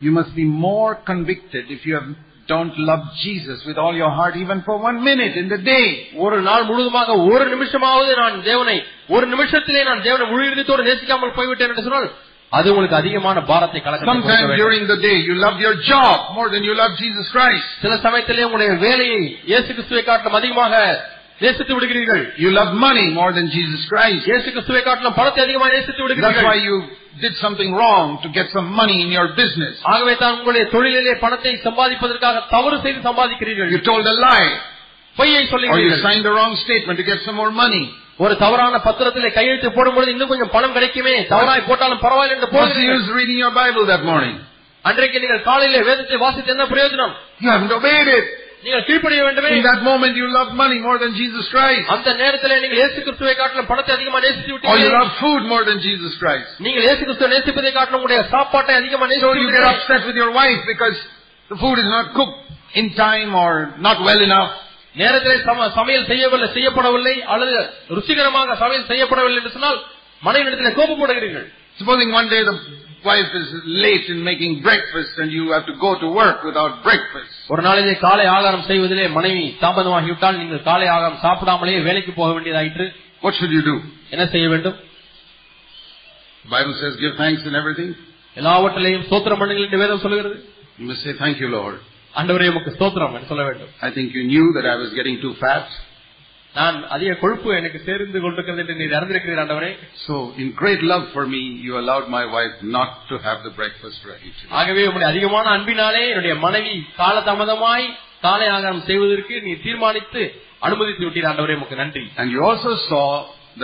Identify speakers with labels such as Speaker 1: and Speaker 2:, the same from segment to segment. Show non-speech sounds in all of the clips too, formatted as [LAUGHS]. Speaker 1: You must be more convicted if you have, don't love Jesus with all your heart even for one minute in the day.
Speaker 2: ஒரு நாள் முழுவதுமாக ஒரு நிமிஷமாவது நான் தேவனை ஒரு நிமிஷத்திலே நான் தேவனை முழு இருதயத்தோடு நேசிக்காமல் போய்விட்டேன் என்று சொன்னால் அது உங்களுக்கு அதிகமான பாரத்தை
Speaker 1: Sometimes
Speaker 2: கலக்க
Speaker 1: during the day you love your job more than you love Jesus Christ.
Speaker 2: சில சமயத்திலே உங்களுடைய வேலையை இயேசு கிறிஸ்துவை காட்டிலும் அதிகமாக நேசித்து விடுகிறீர்கள்
Speaker 1: You love money more than Jesus Christ.
Speaker 2: இயேசு கிறிஸ்துவை காட்டிலும் பணத்தை அதிகமாக நேசித்து
Speaker 1: That's why
Speaker 2: விடுகிறீர்கள்
Speaker 1: you did something wrong to get some money in your business.
Speaker 2: ஆகவே தான் உங்களுடைய தொழிலிலே பணத்தை சம்பாதிப்பதற்காக தவறு செய்து சம்பாதிக்கிறீர்கள்
Speaker 1: You told a lie
Speaker 2: பொய்யை
Speaker 1: or you
Speaker 2: சொல்லுகிறீர்கள்
Speaker 1: signed the wrong statement to get some more money.
Speaker 2: ஒரு தவறான பத்திரத்திலே கையெழுத்து போடும்பொழுது இன்னும் கொஞ்சம் பணம் கிடைக்குமே தவறாய் போட்டாலும் பரவாயில்லை என்று
Speaker 1: What's the use
Speaker 2: போகிறீர்கள்
Speaker 1: reading your Bible that morning?
Speaker 2: அன்றைக்கு நீங்கள் காலையிலே வேதத்தை வாசித்து என்ன பிரயோஜனம்
Speaker 1: You haven't obeyed it.
Speaker 2: நீங்கள் கீழ்ப்படிய வேண்டுமே
Speaker 1: In that moment you love money more than Jesus Christ.
Speaker 2: அந்த நேரத்திலே நீங்கள் இயேசு கிறிஸ்துவை காட்டிலும் பணத்தை அதிகமா நேசித்து
Speaker 1: Or Oh, you
Speaker 2: விட்டீர்கள்
Speaker 1: love food more than Jesus Christ.
Speaker 2: நீங்கள் இயேசு கிறிஸ்துவை நேசிப்பதை காட்டிலும் உங்களுடைய சாப்பாட்டை அதிகமா
Speaker 1: So you get
Speaker 2: நேசித்து
Speaker 1: upset with your wife because the food is not cooked in time or not well enough.
Speaker 2: நேரத்திலே சம- சமையல் செய்யவில்லை செய்யப்படவில்லை அல்லது ருசிகரமாக சமையல் செய்யப்படவில்லை என்று சொன்னால் மனைவிடத்திலே கோபம் போடுகிறீர்கள்
Speaker 1: Supposing one day the wife is late in making breakfast and you have to go to work without breakfast.
Speaker 2: ஒரு நாளிலே காலை ஆகாரம் செய்வதிலே மனைவி தாமதமாகிவிட்டால் நீங்கள் காலை ஆகாரம் சாப்பிடாமலேயே வேலைக்கு போக வேண்டியதாயிற்று
Speaker 1: What should you do?
Speaker 2: என்ன செய்ய வேண்டும்
Speaker 1: The Bible says give thanks in everything.
Speaker 2: எல்லாவற்றிலையும் ஸ்தோத்திரம் பண்ணுங்கள் என்று வேதம் சொல்லுகிறது
Speaker 1: You must say thank you Lord.
Speaker 2: ஆண்டவரே உமக்கு ஸ்தோத்திரம் என்று சொல்ல வேண்டும்
Speaker 1: I think you knew that I was getting too fat.
Speaker 2: நான் அதிக கொழுப்பு எனக்கு சேர்ந்து கொண்டிருக்கிறது என்று நீர் அறிந்திருக்கிறீர் ஆண்டவரே
Speaker 1: So in great love for me, you allowed my wife not to have the breakfast ready today.
Speaker 2: ஆகவே உம்முடைய அதிகமான அன்பினாலே என்னுடைய மனைவி காலதாமதமாய் காலை ஆகாரம் செய்வதற்கு நீ தீர்மானித்து அனுமதித்து விட்டீர் ஆண்டவரே உமக்கு நன்றி
Speaker 1: And you also saw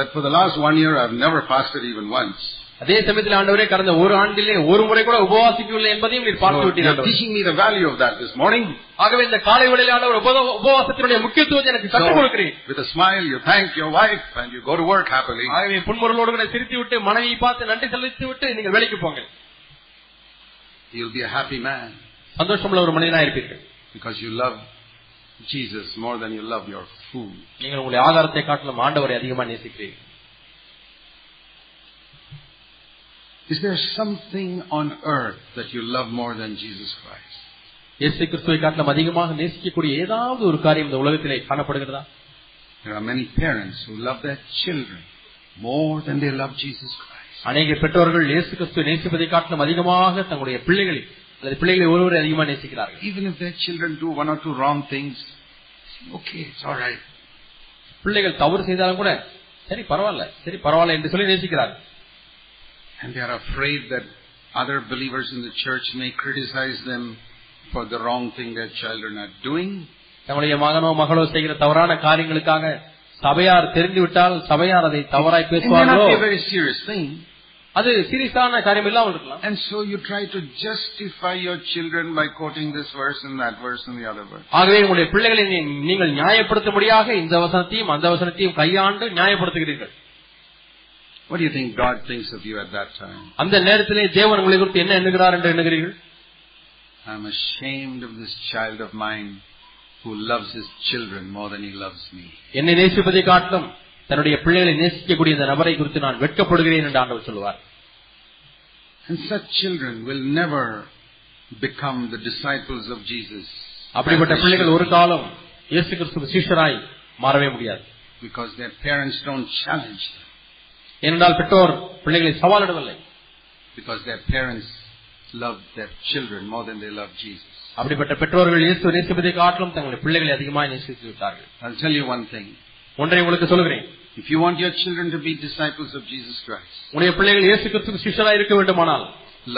Speaker 1: that for the last one year, I've never fasted even once.
Speaker 2: அதே சமயத்தில் ஆண்டவரே கடந்த ஒரு ஆண்டிலே ஒரு முறை கூட உபவாசிக்கவில்லை என்பதையும் நீர்
Speaker 1: So
Speaker 2: பார்த்து விட்டீர்
Speaker 1: you're
Speaker 2: ஆண்டவரே
Speaker 1: teaching me the value of that this morning.
Speaker 2: ஆகவே இந்த காலை வேளையில் ஆண்டவர் உபத- உபவாசத்தினுடைய முக்கியத்துவத்தை எனக்கு
Speaker 1: So
Speaker 2: கற்றுக் கொடுக்கிறேன்
Speaker 1: with a smile, you thank your wife and you go to work happily.
Speaker 2: ஆகவே புன்முறலோடு கூட சிரித்து விட்டு மனைவியை பார்த்து நன்றி செலுத்தி விட்டு நீங்கள் வேலைக்கு போங்க
Speaker 1: You'll be a happy man
Speaker 2: சந்தோஷமுள்ள ஒரு மனிதனா இருப்பீர்கள்
Speaker 1: because you love Jesus more than you love your food.
Speaker 2: நீங்கள் உங்களுடைய ஆதாரத்தை காட்டிலும் ஆண்டவரை அதிகமா நேசிக்கிறீர்கள்
Speaker 1: Is there something on earth that you love more than Jesus Christ?
Speaker 2: இயேசு கிறிஸ்துவை காட்டிலும் அதிகமாக நேசிக்கக்கூடிய ஏதாவது ஒரு காரியம் இந்த உலகத்திலே காணப்படுகிறதா
Speaker 1: There are many parents who love their children more than they love Jesus Christ.
Speaker 2: அநேக பெற்றோர்கள் இயேசு கிறிஸ்துவை நேசிப்பதை காட்டிலும் அதிகமாக தங்களுடைய பிள்ளைகளை அல்லது பிள்ளைகளை ஒருவரை அதிகமாக நேசிக்கிறார்கள்
Speaker 1: Even if their children do one or two wrong things, okay, it's all right.
Speaker 2: பிள்ளைகள் தவறு செய்தாலும் கூட சரி பரவாயில்ல சரி பரவாயில்ல என்று சொல்லி நேசிக்கிறார்கள்
Speaker 1: And they are afraid that other believers in the church may criticize them for the wrong thing their children are doing.
Speaker 2: தங்களுடைய மகனோ மகளோ செய்கிற தவறான காரியங்களுக்காக சபையார் தெரிந்துவிட்டால் சபையார் அதை தவறாய்
Speaker 1: It may
Speaker 2: பேசுவார்களோ
Speaker 1: not be a very serious thing.
Speaker 2: அது சீரியஸான காரியம் இல்லாமல் இருக்கலாம்
Speaker 1: And so you try to justify your children by quoting this verse and that verse and the other verse.
Speaker 2: ஆகவே உங்களுடைய பிள்ளைகளை நீ- நீங்கள் நியாயப்படுத்தும்படியாக இந்த வசனத்தையும் அந்த வசனத்தையும் கையாண்டு நியாயப்படுத்துகிறீர்கள்
Speaker 1: What do you think God thinks of you at that time?
Speaker 2: அந்த நேரத்திலே தேவன் உங்களை குறித்து என்ன எண்ணுகிறார் என்று எண்ணுகிறீர்கள்
Speaker 1: I'm ashamed of this child of mine who loves his children more than he loves me.
Speaker 2: என்னை நேசிப்பதை காட்டிலும் தன்னுடைய பிள்ளைகளை நேசிக்கக்கூடிய இந்த நபரை குறித்து நான் வெட்கப்படுகிறேன் என்று ஆண்டவர் சொல்லுவார்
Speaker 1: And such children will never become the disciples of Jesus.
Speaker 2: அப்படிப்பட்ட பிள்ளைகள் ஒரு காலம் இயேசு கிறிஸ்துவ சீஷராய் மாறவே முடியாது
Speaker 1: Because their parents don't challenge them.
Speaker 2: ஏனென்றால் பெற்றோர் பிள்ளைகளை சவாலிடவில்லை
Speaker 1: Because their parents love their children more than they love Jesus.
Speaker 2: அப்படிப்பட்ட பெற்றோர்கள் இயேசு நேசிப்பதை காட்டிலும் தங்களுடைய பிள்ளைகளை அதிகமாக நேசித்து விட்டார்கள்
Speaker 1: I'll tell you one thing.
Speaker 2: ஒன்றை உங்களுக்கு சொல்கிறேன்
Speaker 1: If you want your children to be disciples of Jesus Christ,
Speaker 2: உங்களுடைய பிள்ளைகள் இயேசு கிறிஸ்துவ சீஷராய் இருக்க வேண்டுமானால்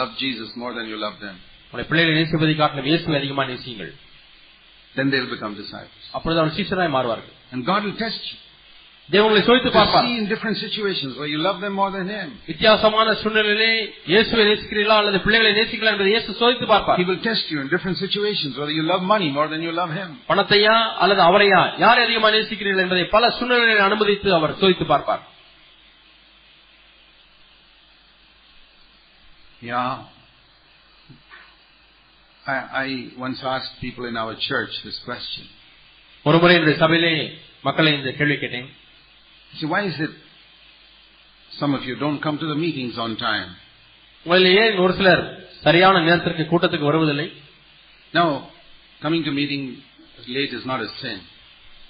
Speaker 1: love Jesus more than you love them.
Speaker 2: உங்களுடைய பிள்ளைகளை நேசிப்பதை காட்டிலும் இயேசுவை அதிகமாக நேசியுங்கள்
Speaker 1: Then they'll become disciples.
Speaker 2: அப்பொழுது அவர் சீஷராய் மாறுவார்கள்
Speaker 1: And God will test you.
Speaker 2: தேவன் உங்களை சோதித்து
Speaker 1: To
Speaker 2: பார்ப்பார்
Speaker 1: see in different situations where you love them more than Him.
Speaker 2: வித்தியாசமான சூழ்நிலையிலே இயேசுவை நேசிக்கிறீர்களா அல்லது பிள்ளைகளை நேசிக்கிறீர்களா என்பதை இயேசு சோதித்து பார்ப்பார்
Speaker 1: He will test you in different situations whether you love money more than you love Him.
Speaker 2: பணத்தையா அல்லது அவரையா யாரை அதிகமா நேசிக்கிறீர்கள் என்பதை பல சூழ்நிலைகளை அனுமதித்து அவர் சோதித்து பார்ப்பார்
Speaker 1: Yeah. I, I once asked people in our church this question.
Speaker 2: ஒருமுறை இந்த சபையிலே மக்களை இந்த கேள்வி கேட்டேன்
Speaker 1: I said, why is it some of you don't come to the meetings on time?
Speaker 2: உங்களில் ஏன் ஒரு சிலர் சரியான நேரத்திற்கு கூட்டத்துக்கு வருவதில்லை
Speaker 1: Now, coming to meeting late is not a sin.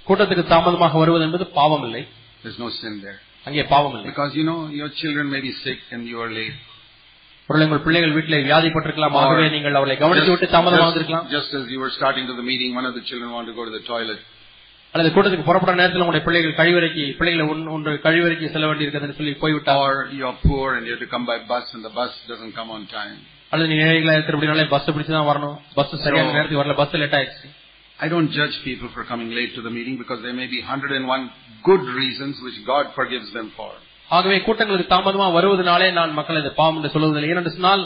Speaker 2: கூட்டத்துக்கு தாமதமாக வருவது என்பது பாவம் இல்லை
Speaker 1: There's no sin there.
Speaker 2: அங்கே பாவம் இல்லை
Speaker 1: Because you know, your children may be sick and you are late.
Speaker 2: பொருள் உங்கள் பிள்ளைகள் வீட்டில் வியாதிப்பட்டிருக்கலாம் ஆகவே நீங்கள் அவர்களை கவனித்து விட்டு தாமதமாக வந்திருக்கலாம்
Speaker 1: just, just as you were starting to the meeting, one of the children wanted to go to the toilet.
Speaker 2: அல்லது கூட்டத்துக்கு புறப்பட்ட நேரத்தில் உங்களுடைய பிள்ளைகள் கழிவறைக்கு பிள்ளைகளை உன்- ஒன்று கழிவறைக்கு செல்ல வேண்டியிருக்கிறதுன்னு சொல்லி போய்விட்டார்
Speaker 1: Or you're poor and you have to come by bus and the bus doesn't come on time.
Speaker 2: அல்லது நீ நேரிகளா இருக்கிற அப்படினாலே பஸ் பிடிச்சு தான் வரணும் பஸ் சரியான நேரத்துக்கு வரல பஸ் லேட் ஆயிடுச்சு
Speaker 1: I don't judge people for coming late to the meeting because there may be 101 good reasons which God forgives them for.
Speaker 2: ஆகவே கூட்டங்களுக்கு தாமதமா வருவதனாலே நான் மக்கள் இது பாவம் என்று சொல்வதில்லை ஏனென்று சொன்னால்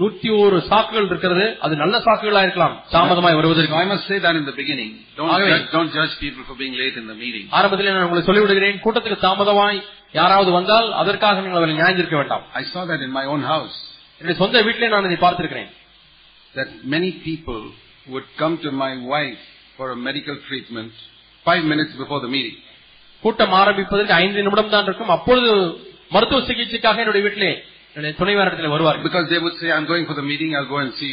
Speaker 2: நூத்தி ஒரு சாக்குகள் இருக்கிறது அது நல்ல சாக்குகளா இருக்கலாம் தாமதமாய்
Speaker 1: So I
Speaker 2: வருவதற்கு
Speaker 1: must say that in the beginning. Don't,
Speaker 2: ஆகவே-
Speaker 1: judge, don't judge people for being late in the meeting.
Speaker 2: ஆரம்பத்திலே நான் உங்களுக்கு சொல்லிவிடுகிறேன் கூட்டத்துக்கு தாமதமாய் யாராவது வந்தால் அதற்காக நீங்கள் அவரை நியாயந்திருக்க வேண்டாம்
Speaker 1: I saw that in my own house,
Speaker 2: என்னுடைய சொந்த வீட்டிலே நான் இதை பார்த்திருக்கிறேன்
Speaker 1: that many people would come to my wife for a medical treatment five minutes before the meeting.
Speaker 2: கூட்டம் ஆரம்பிப்பதற்கு ஐந்து நிமிடம் தான் இருக்கும் அப்பொழுது மருத்துவ சிகிச்சைக்காக என்னுடைய வீட்டிலே என்னுடைய துணைவாரத்தில் வருவார்கள்
Speaker 1: Because they would say, I'm going for the meeting, I'll go and see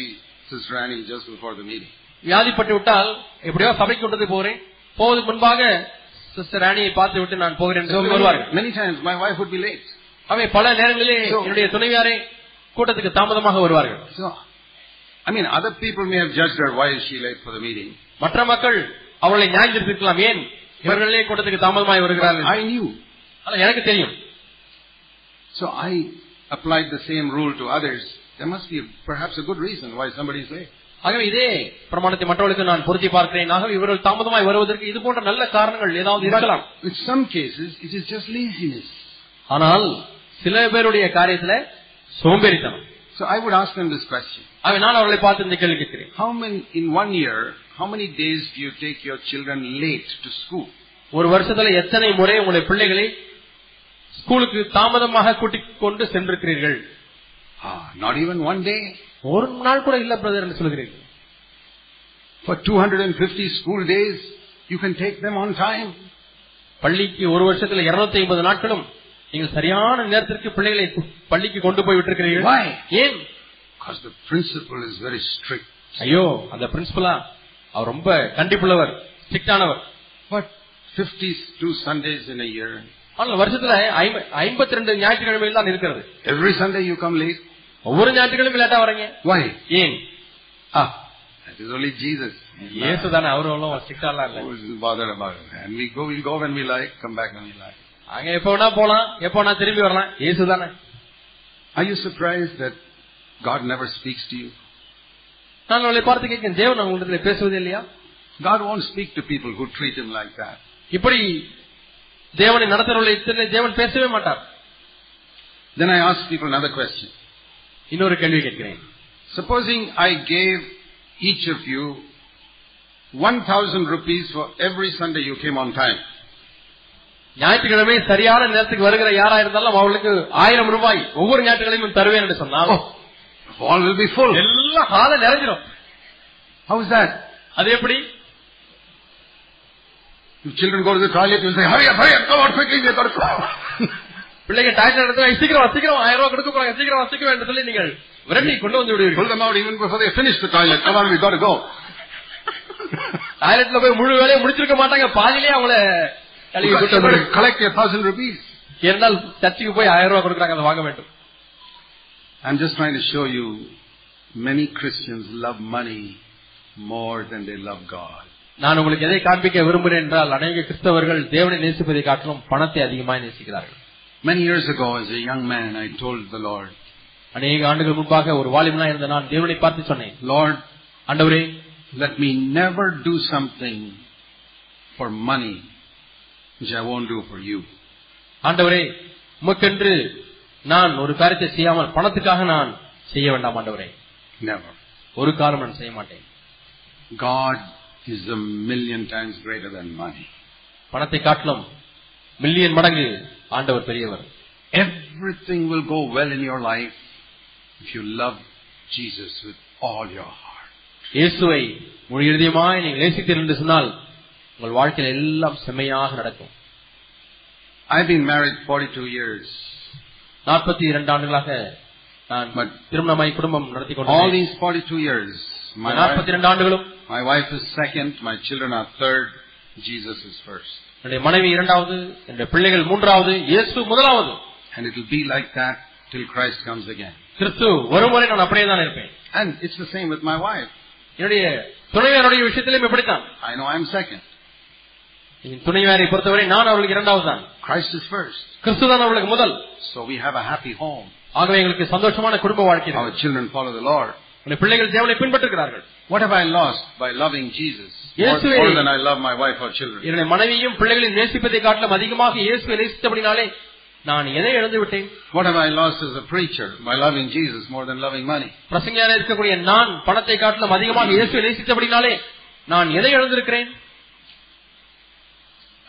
Speaker 1: Sister Annie just before the meeting.
Speaker 2: வியாதிப்பட்டு விட்டால் எப்படியோ சபைக்கு கூட்டத்துக்கு போகிறேன் போவதற்கு முன்பாக சிஸ்டர் ராணியை பார்த்து விட்டு நான் போகிறேன் என்று
Speaker 1: So
Speaker 2: சொல்லி வருவார்கள்
Speaker 1: many, many times my wife would be late.
Speaker 2: அவை பல நேரங்களிலே
Speaker 1: So-
Speaker 2: என்னுடைய துணைவியாரை கூட்டத்துக்கு தாமதமாக வருவார்கள்
Speaker 1: So, I mean, other people may have judged her, why is she late for the meeting?
Speaker 2: மற்ற மக்கள் அவளை நியாயந்திருக்கலாம் ஏன் இவர்களே கூட்டத்துக்கு தாமதமாய்
Speaker 1: But
Speaker 2: வருகிறார்கள்
Speaker 1: I knew.
Speaker 2: ஆனால் எனக்கு தெரியும்
Speaker 1: So I applied the same rule to others. There must be perhaps a good reason why somebody is late.
Speaker 2: ஆகவே இதே பிரமாணத்தை மற்றவர்களுக்கு நான் பொருத்தி பார்க்கிறேன் ஆகவே இவர்கள் தாமதமாய் வருவதற்கு இது போன்ற நல்ல காரணங்கள் ஏதாவது இருக்கலாம்
Speaker 1: In some cases, it is just laziness.
Speaker 2: ஆனால் சில பேருடைய காரியத்துல சோம்பேறித்தனம்
Speaker 1: So I would ask them this question.
Speaker 2: ஆகவே நான் அவர்களை பார்த்து இந்த கேள்வி கேட்கிறேன்
Speaker 1: How many, in one year, how many days do you take your children late to school?
Speaker 2: ஒரு வருஷத்துல எத்தனை முறை உங்களுடைய பிள்ளைகளை ஸ்கூலுக்கு தாமதமாக கூட்டிக் கொண்டு சென்றிருக்கிறீர்கள்
Speaker 1: Ah, not even one day.
Speaker 2: ஒரு நாள் கூட இல்ல பிரதர் என்று சொல்கிறீர்கள்
Speaker 1: For 250 school days, you can take them on time.
Speaker 2: பள்ளிக்கு ஒரு வருஷத்துல 250 ஐம்பது நாட்களும் நீங்கள் சரியான நேரத்திற்கு பிள்ளைகளை கு- பள்ளிக்கு கொண்டு போய் விட்டிருக்கிறீர்கள்
Speaker 1: Why?
Speaker 2: ஏன்
Speaker 1: Because the principle is very strict.
Speaker 2: ஐயோ அந்த பிரின்சிபலா அவர் ரொம்ப கண்டிப்புள்ளவர் ஸ்ட்ரிக்டானவர்
Speaker 1: But 52 Sundays in a year,
Speaker 2: ஆனால் வருஷத்துல ஐம்பத்தி ரெண்டு ஞாயிற்றுக்கிழமையில் தான் இருக்கிறது
Speaker 1: every Sunday you come late.
Speaker 2: ஒவ்வொரு ஞாயிற்றுக்கிழமையும் லேட்டா வரீங்க
Speaker 1: Why?
Speaker 2: ஏன்
Speaker 1: Ah, that is only Jesus.
Speaker 2: இயேசு தானே அவரும் அவ்வளவு ஸ்ட்ரிக்டாலாம் இல்ல
Speaker 1: Who is bothered about it? And we go, we'll go when we like, come back when we like.
Speaker 2: அங்க எப்ப வேணா போலாம் எப்ப வேணா திரும்பி வரலாம் இயேசு தானே
Speaker 1: Are you surprised that God never speaks to you?
Speaker 2: நான் அவளை பார்த்து கேட்கிறேன் தேவன் உங்களிடத்துல பேசுவது இல்லையா
Speaker 1: God won't speak to people who treat him like that.
Speaker 2: இப்படி தேவனை நடத்துறவர்களை இத்தனை தேவன் பேசவே மாட்டார்
Speaker 1: Then I ask people another question.
Speaker 2: இன்னொரு கேள்வி கேட்கிறேன்
Speaker 1: Supposing I gave each of you 1000 rupees for every Sunday you came on time.
Speaker 2: ஞாயிற்றுக்கிழமை சரியான நேரத்துக்கு வருகிற யாரா இருந்தாலும் அவளுக்கு ஆயிரம் ரூபாய் ஒவ்வொரு ஞாயிற்றுக்கிழமையும் தருவேன் என்று சொன்னால்
Speaker 1: Oh. All will be full.
Speaker 2: எல்லாம் காலை நிறைஞ்சிடும்
Speaker 1: How is that?
Speaker 2: அது எப்படி
Speaker 1: If children go to the toilet, you'll say, hurry up, hurry up, come on quickly, they've got to [LAUGHS] go.
Speaker 2: பிள்ளைங்க டாய்லெட் நடத்துவா சீக்கிரம் வா, சீக்கிரம் வா, ஆயிரம் ரூபாய் கொடுக்க போறாங்க சீக்கிரம் வா, சீக்கிரம் வா என்று சொல்லி நீங்கள் விரட்டி கொண்டு வந்து
Speaker 1: Pull
Speaker 2: விடுவீர்கள்
Speaker 1: them out even before they finish the toilet. Come on, we've got to go.
Speaker 2: டாய்லெட்ல போய் முழு வேலையை முடிச்சிருக்க மாட்டாங்க பாதியிலேயே அவங்கள கழுவி
Speaker 1: Because
Speaker 2: கூட்ட
Speaker 1: you've got to collect a thousand rupees.
Speaker 2: இருந்தால் சர்ச்சுக்கு போய் ஆயிரம் ரூபாய் கொடுக்குறாங்க அதை வாங்க வேண்டும்
Speaker 1: I'm just trying to show you, many Christians love money more than they love God.
Speaker 2: நான் உங்களுக்கு எதை காண்பிக்க விரும்புகிறேன் என்றால் அநேக கிறிஸ்தவர்கள் தேவனை நேசிப்பதை காட்டிலும் பணத்தை அதிகமாக நேசிக்கிறார்கள்
Speaker 1: Many years ago, as a young man, I told the Lord,
Speaker 2: அநேக ஆண்டுகள் முன்பாக ஒரு வாலிபனா இருந்த நான் தேவனை பார்த்து சொன்னேன்
Speaker 1: Lord,
Speaker 2: ஆண்டவரே
Speaker 1: let me never do something for money which I won't do for you.
Speaker 2: ஆண்டவரே உமக்கென்று நான் ஒரு காரியத்தை செய்யாமல் பணத்துக்காக நான் செய்ய வேண்டாம் ஆண்டவரே
Speaker 1: Never.
Speaker 2: ஒரு காலம் நான் செய்ய மாட்டேன்
Speaker 1: God is a million times greater than money.
Speaker 2: பணத்தை காட்டிலும் மில்லியன் மடங்கு ஆண்டவர் பெரியவர்
Speaker 1: Everything will go well in your life if you love Jesus with all your heart.
Speaker 2: இயேசுவை முழு இருதயமாய் நீங்கள் நேசித்தீர்கள் என்று சொன்னால் உங்கள் வாழ்க்கையில் எல்லாம் செம்மையாக நடக்கும்
Speaker 1: I've been married 42 years.
Speaker 2: நாற்பத்தி இரண்டு ஆண்டுகளாக நான்
Speaker 1: But-
Speaker 2: திருமணமாய் குடும்பம் நடத்தி
Speaker 1: All
Speaker 2: கொண்டேன்
Speaker 1: these 42 years, my wife,
Speaker 2: நாற்பத்தி இரண்டு ஆண்டுகளும்
Speaker 1: my wife is second, my children are third, Jesus is first.
Speaker 2: என்னுடைய மனைவி இரண்டாவது என்னுடைய பிள்ளைகள் மூன்றாவது இயேசு முதலாவது
Speaker 1: And it'll be like that till Christ comes again.
Speaker 2: கிறிஸ்து ஒருமுறை நான் அப்படியே தான் இருப்பேன்
Speaker 1: And it's the same with my wife.
Speaker 2: என்னுடைய துணைவியாருடைய விஷயத்திலும் இப்படித்தான்
Speaker 1: I know I'm second.
Speaker 2: என் துணைவியாரை பொறுத்தவரை நான் அவர்களுக்கு இரண்டாவது தான்
Speaker 1: Christ is first.
Speaker 2: கிறிஸ்து தான் அவர்களுக்கு முதல்
Speaker 1: So we have a happy home.
Speaker 2: ஆகவே எங்களுக்கு சந்தோஷமான குடும்ப வாழ்க்கை
Speaker 1: Our
Speaker 2: இருக்கிறது.
Speaker 1: children follow the Lord.
Speaker 2: என்னுடைய பிள்ளைகள் தேவனை பின்பற்றுகிறார்கள்
Speaker 1: What have I lost by loving Jesus? More,
Speaker 2: Yes, we-
Speaker 1: more than I love my wife or children.
Speaker 2: என்னுடைய மனைவியும் பிள்ளைகளையும் நேசிப்பதை காட்டிலும் அதிகமாக இயேசுவை நேசித்தபடினாலே நான் எதை இழந்து விட்டேன்
Speaker 1: What have I lost as a preacher by loving Jesus more than loving money?
Speaker 2: பிரசங்கியாக இருக்கக்கூடிய நான் பணத்தை காட்டிலும் அதிகமாக இயேசுவை நேசித்தபடினாலே நான் எதை இழந்திருக்கிறேன்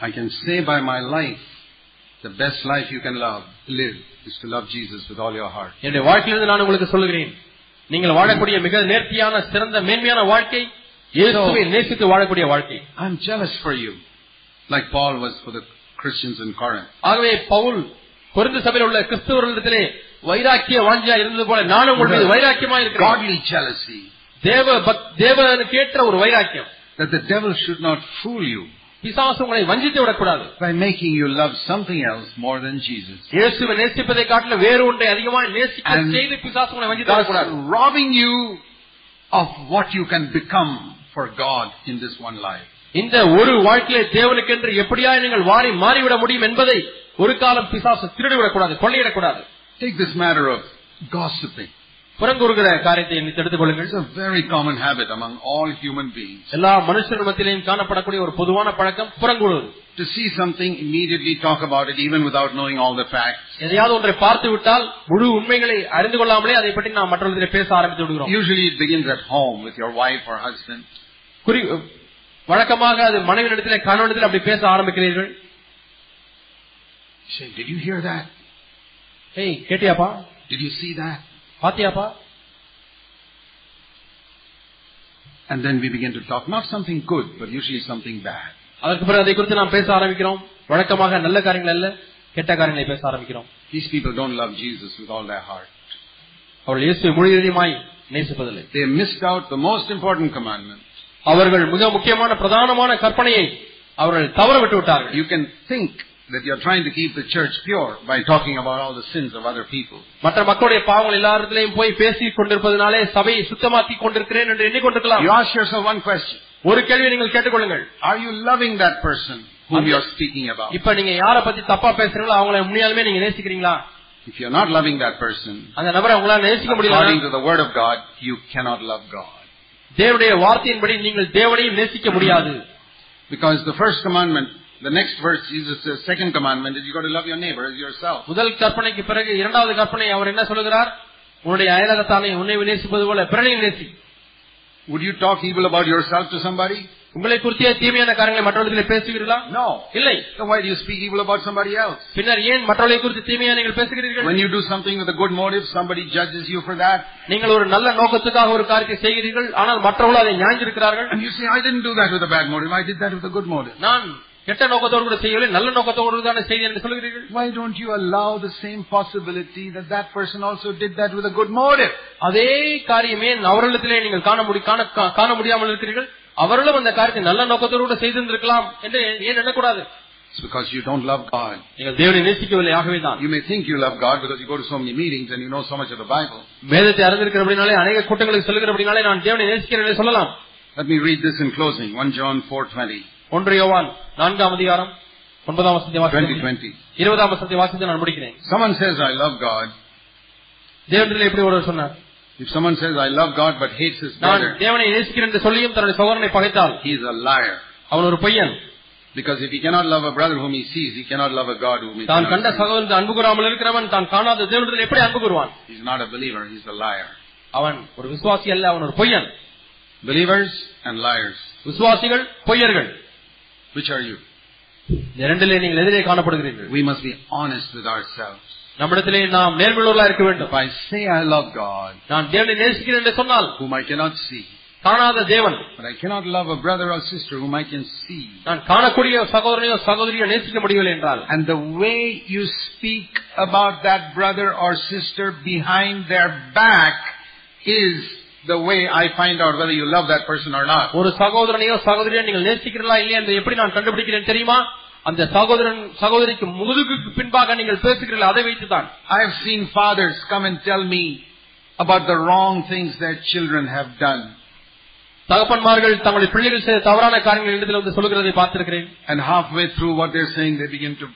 Speaker 1: I can say by my life, the best life you can love, live, is to love Jesus with all your heart.
Speaker 2: என்னுடைய வாழ்க்கையிலிருந்து நான் உங்களுக்கு சொல்லுகிறேன் நீங்கள் வாழக்கூடிய மிக நேர்த்தியான சிறந்த மேன்மையான வாழ்க்கை இயேசுவை நேசித்து வாழக்கூடிய வாழ்க்கை
Speaker 1: I'm jealous for you, like Paul was for the Christians in Corinth.
Speaker 2: ஆகவே பவுல் கொரிந்து சபையில் உள்ள கிறிஸ்துவர்களிடத்திலே வைராக்கிய வாஞ்சியா இருந்தது போல நானும் உங்களுடைய வைராக்கியமா இருக்கிறேன்
Speaker 1: Godly jealousy,
Speaker 2: தேவ பக்- தேவனுக்கு ஏற்ற ஒரு வைராக்கியம்
Speaker 1: that the devil should not fool you
Speaker 2: பிசாசு உங்களை வஞ்சித்து விடக்கூடாது
Speaker 1: by making you love something else more than Jesus.
Speaker 2: இயேசுவை நேசிப்பதை காட்டிலும் வேறு ஒன்றை அதிகமாக நேசிக்க
Speaker 1: And
Speaker 2: செய்து பிசாசு உங்களை வஞ்சித்து
Speaker 1: Thus
Speaker 2: விடக்கூடாது
Speaker 1: robbing you of what you can become for God in this one life.
Speaker 2: இந்த ஒரு வாழ்க்கையை தேவனுக்கென்று எப்படியா நீங்கள் வாரி மாறிவிட முடியும் என்பதை ஒரு காலம் பிசாசு திருடிவிடக்கூடாது கொள்ளையிடக்கூடாது
Speaker 1: Take this matter of gossiping.
Speaker 2: புறங்குறுகிற காரியத்தை நீங்கள் எடுத்துக் கொள்ளுங்கள்
Speaker 1: It's a very common habit among all human beings.
Speaker 2: எல்லா மனுஷர் மத்தியிலையும் காணப்படக்கூடிய ஒரு பொதுவான பழக்கம் புறங்குழுவது
Speaker 1: To see something, immediately talk about it even without knowing all the facts.
Speaker 2: எதையாவது ஒன்றை பார்த்து விட்டால் முழு உண்மைகளை அறிந்து கொள்ளாமலே அதை பற்றி நாம் மற்றவர்களிடம் பேச ஆரம்பித்து விடுகிறோம்
Speaker 1: Usually it begins at home with your wife or husband.
Speaker 2: குறி வழக்கமாக அது மனைவியிடத்தில் கணவனிடத்தில் அப்படி பேச ஆரம்பிக்கிறீர்கள்
Speaker 1: Say, did you hear that?
Speaker 2: ஏய் கேட்டியாப்பா
Speaker 1: Did you see that?
Speaker 2: பாத்தியாப்பா
Speaker 1: And then we begin to talk, not something good, but usually something bad.
Speaker 2: அதற்கு பிறகு அதை குறித்து நாம் பேச ஆரம்பிக்கிறோம் வழக்கமாக நல்ல காரியங்கள் அல்ல கெட்ட காரியங்களை பேச ஆரம்பிக்கிறோம்
Speaker 1: These people don't love Jesus with all their heart.
Speaker 2: அவர்கள் இயேசுவை முழுவதுமாய் நேசிப்பதில்லை
Speaker 1: They missed out the most important commandment.
Speaker 2: அவர்கள் மிக முக்கியமான பிரதானமான கற்பனையை அவர்கள் தவற விட்டு விட்டார்கள்
Speaker 1: You can think that you're trying to keep the church pure by talking about all the sins of other people.
Speaker 2: மற்ற மக்களுடைய பாவங்கள் எல்லாரிடத்திலையும் போய் பேசிக் கொண்டிருப்பதனாலே சபையை சுத்தமாக்கி கொண்டிருக்கிறேன் என்று எண்ணிக்கொண்டிருக்கலாம்
Speaker 1: You ask yourself one question.
Speaker 2: ஒரு கேள்வியை நீங்கள் கேட்டுக்கொள்ளுங்கள்
Speaker 1: Are you loving that person whom you're speaking about?
Speaker 2: இப்ப நீங்க யார பத்தி தப்பா பேசுறீங்களோ அவங்களை உண்மையாலுமே நீங்க நேசிக்கிறீங்களா
Speaker 1: If you're not loving that person,
Speaker 2: அந்த நபரை உங்களால நேசிக்க
Speaker 1: according
Speaker 2: முடியல
Speaker 1: to the word of God, you cannot love God.
Speaker 2: தேவனுடைய வார்த்தையின்படி நீங்கள் தேவனையும் நேசிக்க முடியாது
Speaker 1: Because the first commandment, the next verse, Jesus says, second commandment is you got to love your neighbor as yourself.
Speaker 2: முதல் கற்பனைக்கு பிறகு இரண்டாவது கற்பனை அவர் என்ன சொல்லுகிறார் உன்னுடைய அயலகத்தானை உன்னை நேசிப்பது போல பிறனையும் நேசி
Speaker 1: Would you talk evil about yourself to somebody?
Speaker 2: உங்களை குறித்தே தீமையான காரியங்களை மற்றவர்களை பேசுகிறீர்களா
Speaker 1: No.
Speaker 2: இல்லை
Speaker 1: Then why do you speak evil about somebody else?
Speaker 2: பின்னர் ஏன் மற்றவர்களை குறித்து தீமையா நீங்கள் பேசுகிறீர்கள்
Speaker 1: When you do something with a good motive, somebody judges you for that.
Speaker 2: நீங்கள் ஒரு நல்ல நோக்கத்துக்காக ஒரு காரியத்தை செய்கிறீர்கள் ஆனால் மற்றவர்கள் அதை நியாயந்திருக்கிறார்கள்
Speaker 1: And you say, I didn't do that with a bad motive, I did that with a good motive.
Speaker 2: நான் கெட்ட நோக்கத்தோடு கூட செய்யவில்லை நல்ல நோக்கத்தோடு தானே செய்தேன் என்று சொல்கிறீர்கள்
Speaker 1: Why don't you allow the same possibility that that person also did that with a good motive?
Speaker 2: அதே காரியமே அவர்களிடத்திலே நீங்கள் காண முடி காண கா- காண முடியாமல் இருக்கிறீர்கள் அவர்களும் அந்த காரியத்தை நல்ல நோக்கத்தோடு கூட செய்திருந்திருக்கலாம் என்று ஏன் எண்ணக்கூடாது
Speaker 1: It's because you don't love God.
Speaker 2: நீங்கள் தேவனை நேசிக்கவில்லை ஆகவே தான்
Speaker 1: You may think you love God because you go to so many meetings and you know so much of the Bible.
Speaker 2: வேதத்தை அறிந்திருக்கிற அப்படினாலே அநேக கூட்டங்களுக்கு சொல்லுகிற அப்படினாலே நான் தேவனை நேசிக்கிறேன் என்று சொல்லலாம்
Speaker 1: Let me read this in closing. 1 John 4:20.
Speaker 2: ஒன்று யோவான் நான்காம் அதிகாரம் ஒன்பதாம் வசதி வாசித்து
Speaker 1: 2020.
Speaker 2: இருபதாம் வசதி வாசித்து நான் முடிக்கிறேன்
Speaker 1: Someone says I love God.
Speaker 2: தேவனிடத்தில் எப்படி ஒருவர் சொன்னார்
Speaker 1: If someone says I love God but hates his
Speaker 2: நான்
Speaker 1: brother,
Speaker 2: தேவனை நேசிக்கிறேன் என்று சொல்லியும் தன்னுடைய சகோதரனை பகைத்தால்
Speaker 1: he is a liar.
Speaker 2: அவன் ஒரு பையன்
Speaker 1: Because if he cannot love a brother whom he sees, he cannot love a God whom he
Speaker 2: தான் கண்ட
Speaker 1: cannot see.
Speaker 2: சகோதரன் அன்பு கூறாமல் இருக்கிறவன் தான் காணாத தேவனிடத்தில் எப்படி அன்பு கூறுவான்
Speaker 1: He's not a believer, he's a liar.
Speaker 2: அவன் ஒரு விசுவாசி அல்ல அவன் ஒரு பொய்யன்
Speaker 1: Believers and liars.
Speaker 2: விசுவாசிகள் பொய்யர்கள்
Speaker 1: Which are you?
Speaker 2: இந்த இரண்டிலே நீங்கள் எதிரே காணப்படுகிறீர்கள்
Speaker 1: We must be honest with ourselves.
Speaker 2: நம்மிடத்திலே நாம் நேர்மையுள்ளவர்களா இருக்க வேண்டும்
Speaker 1: If I say I love God,
Speaker 2: நான் தேவனை நேசிக்கிறேன் என்று சொன்னால்
Speaker 1: whom I cannot see,
Speaker 2: காணாத தேவன்
Speaker 1: But I cannot love a brother or sister whom I can see.
Speaker 2: நான் காணக்கூடிய சகோதரனையோ சகோதரியோ நேசிக்க முடியவில்லை என்றால்
Speaker 1: And the way you speak about that brother or sister behind their back is the way I find out whether you love that person or not.
Speaker 2: ஒரு சகோதரனையோ சகோதரியோ நீங்கள் நேசிக்கிறீர்களா இல்லையா என்று எப்படி நான் கண்டுபிடிக்கிறேன் தெரியுமா அந்த சகோதரன் சகோதரிக்கு முதுகுக்கு பின்பாக நீங்கள் பேசுகிறீர்கள் அதை வைத்துதான்
Speaker 1: I've seen fathers come and tell me about the wrong things their children have done.
Speaker 2: தகப்பன்மார்கள் தங்களுடைய பிள்ளைகள் செய்த தவறான காரியங்கள் இடத்தில் வந்து சொல்கிறதை பார்த்திருக்கிறேன்
Speaker 1: And halfway through what they're saying, they begin to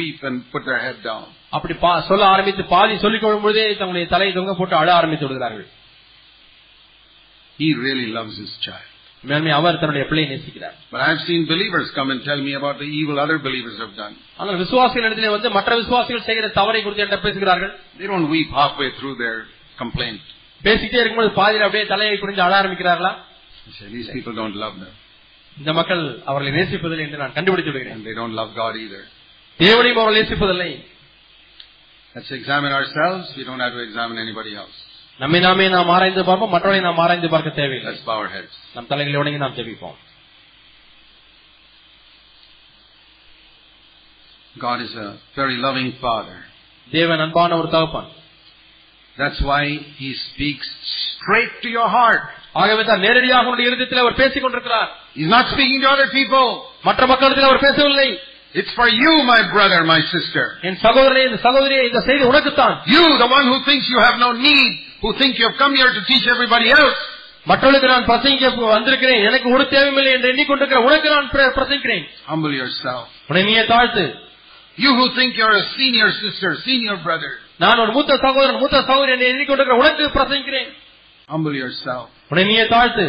Speaker 1: weep and put their head down.
Speaker 2: அப்படி பா- சொல்ல ஆரம்பித்து பாதி சொல்லிக் கொள்ளும் பொழுதே தங்களுடைய தலையை தொங்க போட்டு அழ ஆரம்பித்து விடுகிறார்கள்
Speaker 1: He really loves his child.
Speaker 2: மேன்மை அவர் தன்னுடைய பிள்ளையை நேசிக்கிறார்
Speaker 1: But I've seen believers come and tell me about the evil other believers have done.
Speaker 2: ஆனால் விசுவாசிகள் இடத்திலே வந்து மற்ற விசுவாசிகள் செய்கிற தவறை குறித்து என்ன பேசுகிறார்கள்
Speaker 1: They don't weep halfway through their complaint.
Speaker 2: பேசிக்கிட்டே இருக்கும்போது பாதியில் அப்படியே தலையை குறித்து அழ ஆரம்பிக்கிறார்களா
Speaker 1: I say, these people don't love them.
Speaker 2: இந்த மக்கள் அவர்களை நேசிப்பதில்லை என்று நான் கண்டுபிடித்து விடுகிறேன்
Speaker 1: And they don't love God either.
Speaker 2: தேவனையும் அவர்கள் நேசிப்பதில்லை
Speaker 1: Let's examine ourselves. We don't have to examine anybody else.
Speaker 2: நம்மை நாமே நாம் ஆராய்ந்து பார்ப்போம் மற்றவரை நாம் ஆராய்ந்து பார்க்க தேவையில்லை
Speaker 1: Let's bow our heads.
Speaker 2: நம் தலைகளை உடங்கி நாம் ஜெபிப்போம்
Speaker 1: God is a very loving Father.
Speaker 2: தேவன் அன்பான ஒரு தகப்பான்
Speaker 1: That's why He speaks straight to your heart.
Speaker 2: ஆகவே தான் நேரடியாக உன்னுடைய இருதயத்தில் அவர் பேசிக் கொண்டிருக்கிறார்
Speaker 1: He's not speaking to other people.
Speaker 2: மற்ற மக்களிடத்தில் அவர் பேசவில்லை
Speaker 1: It's for you, my brother, my sister.
Speaker 2: என் சகோதரனே இந்த சகோதரியே இந்த செய்தி உனக்குத்தான்
Speaker 1: You, the one who thinks you have no need, who think you have come here to teach everybody else.
Speaker 2: மற்றவர்களுக்கு நான் பிரசங்கிக்க வந்திருக்கிறேன் எனக்கு ஒரு தேவையில்லை என்று எண்ணிக்கொண்டிருக்கிற உனக்கு நான் பிர- பிரசங்கிக்கிறேன்
Speaker 1: Humble yourself.
Speaker 2: உன்னை நீயே தாழ்த்து
Speaker 1: You who think you're a senior sister, senior brother.
Speaker 2: நான் ஒரு மூத்த சகோதரன் மூத்த சகோதரி என்று எண்ணிக்கொண்டிருக்கிற உனக்கு பிரசங்கிக்கிறேன்
Speaker 1: Humble yourself.
Speaker 2: உன்னை நீயே தாழ்த்து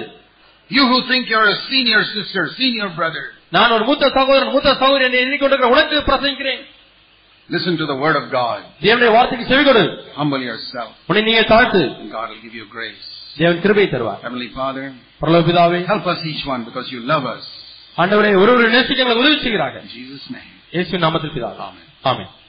Speaker 1: You who think you're a senior sister, senior brother.
Speaker 2: நான் ஒரு மூத்த சகோதரன் மூத்த சகோதரி என்று எண்ணிக்கொண்டிருக்கிற உனக்கு பிரசங்கிக்கிறேன்
Speaker 1: Listen to the word of God.
Speaker 2: தேவனுடைய வார்த்தைக்கு செவி கொடு
Speaker 1: Humble yourself,
Speaker 2: உன்னை நீயே தாழ்த்து
Speaker 1: and God will give you grace.
Speaker 2: தேவன் கிருபை தருவார்
Speaker 1: Heavenly Father,
Speaker 2: பரலோபிதாவே
Speaker 1: help us each one because you love us.
Speaker 2: ஆண்டவரை ஒருவரை நேசிக்க எங்களை உதவி செய்கிறார்கள்
Speaker 1: In Jesus' name.
Speaker 2: இயேசு நாமத்தில் பிதாவே
Speaker 1: Amen.
Speaker 2: ஆமென்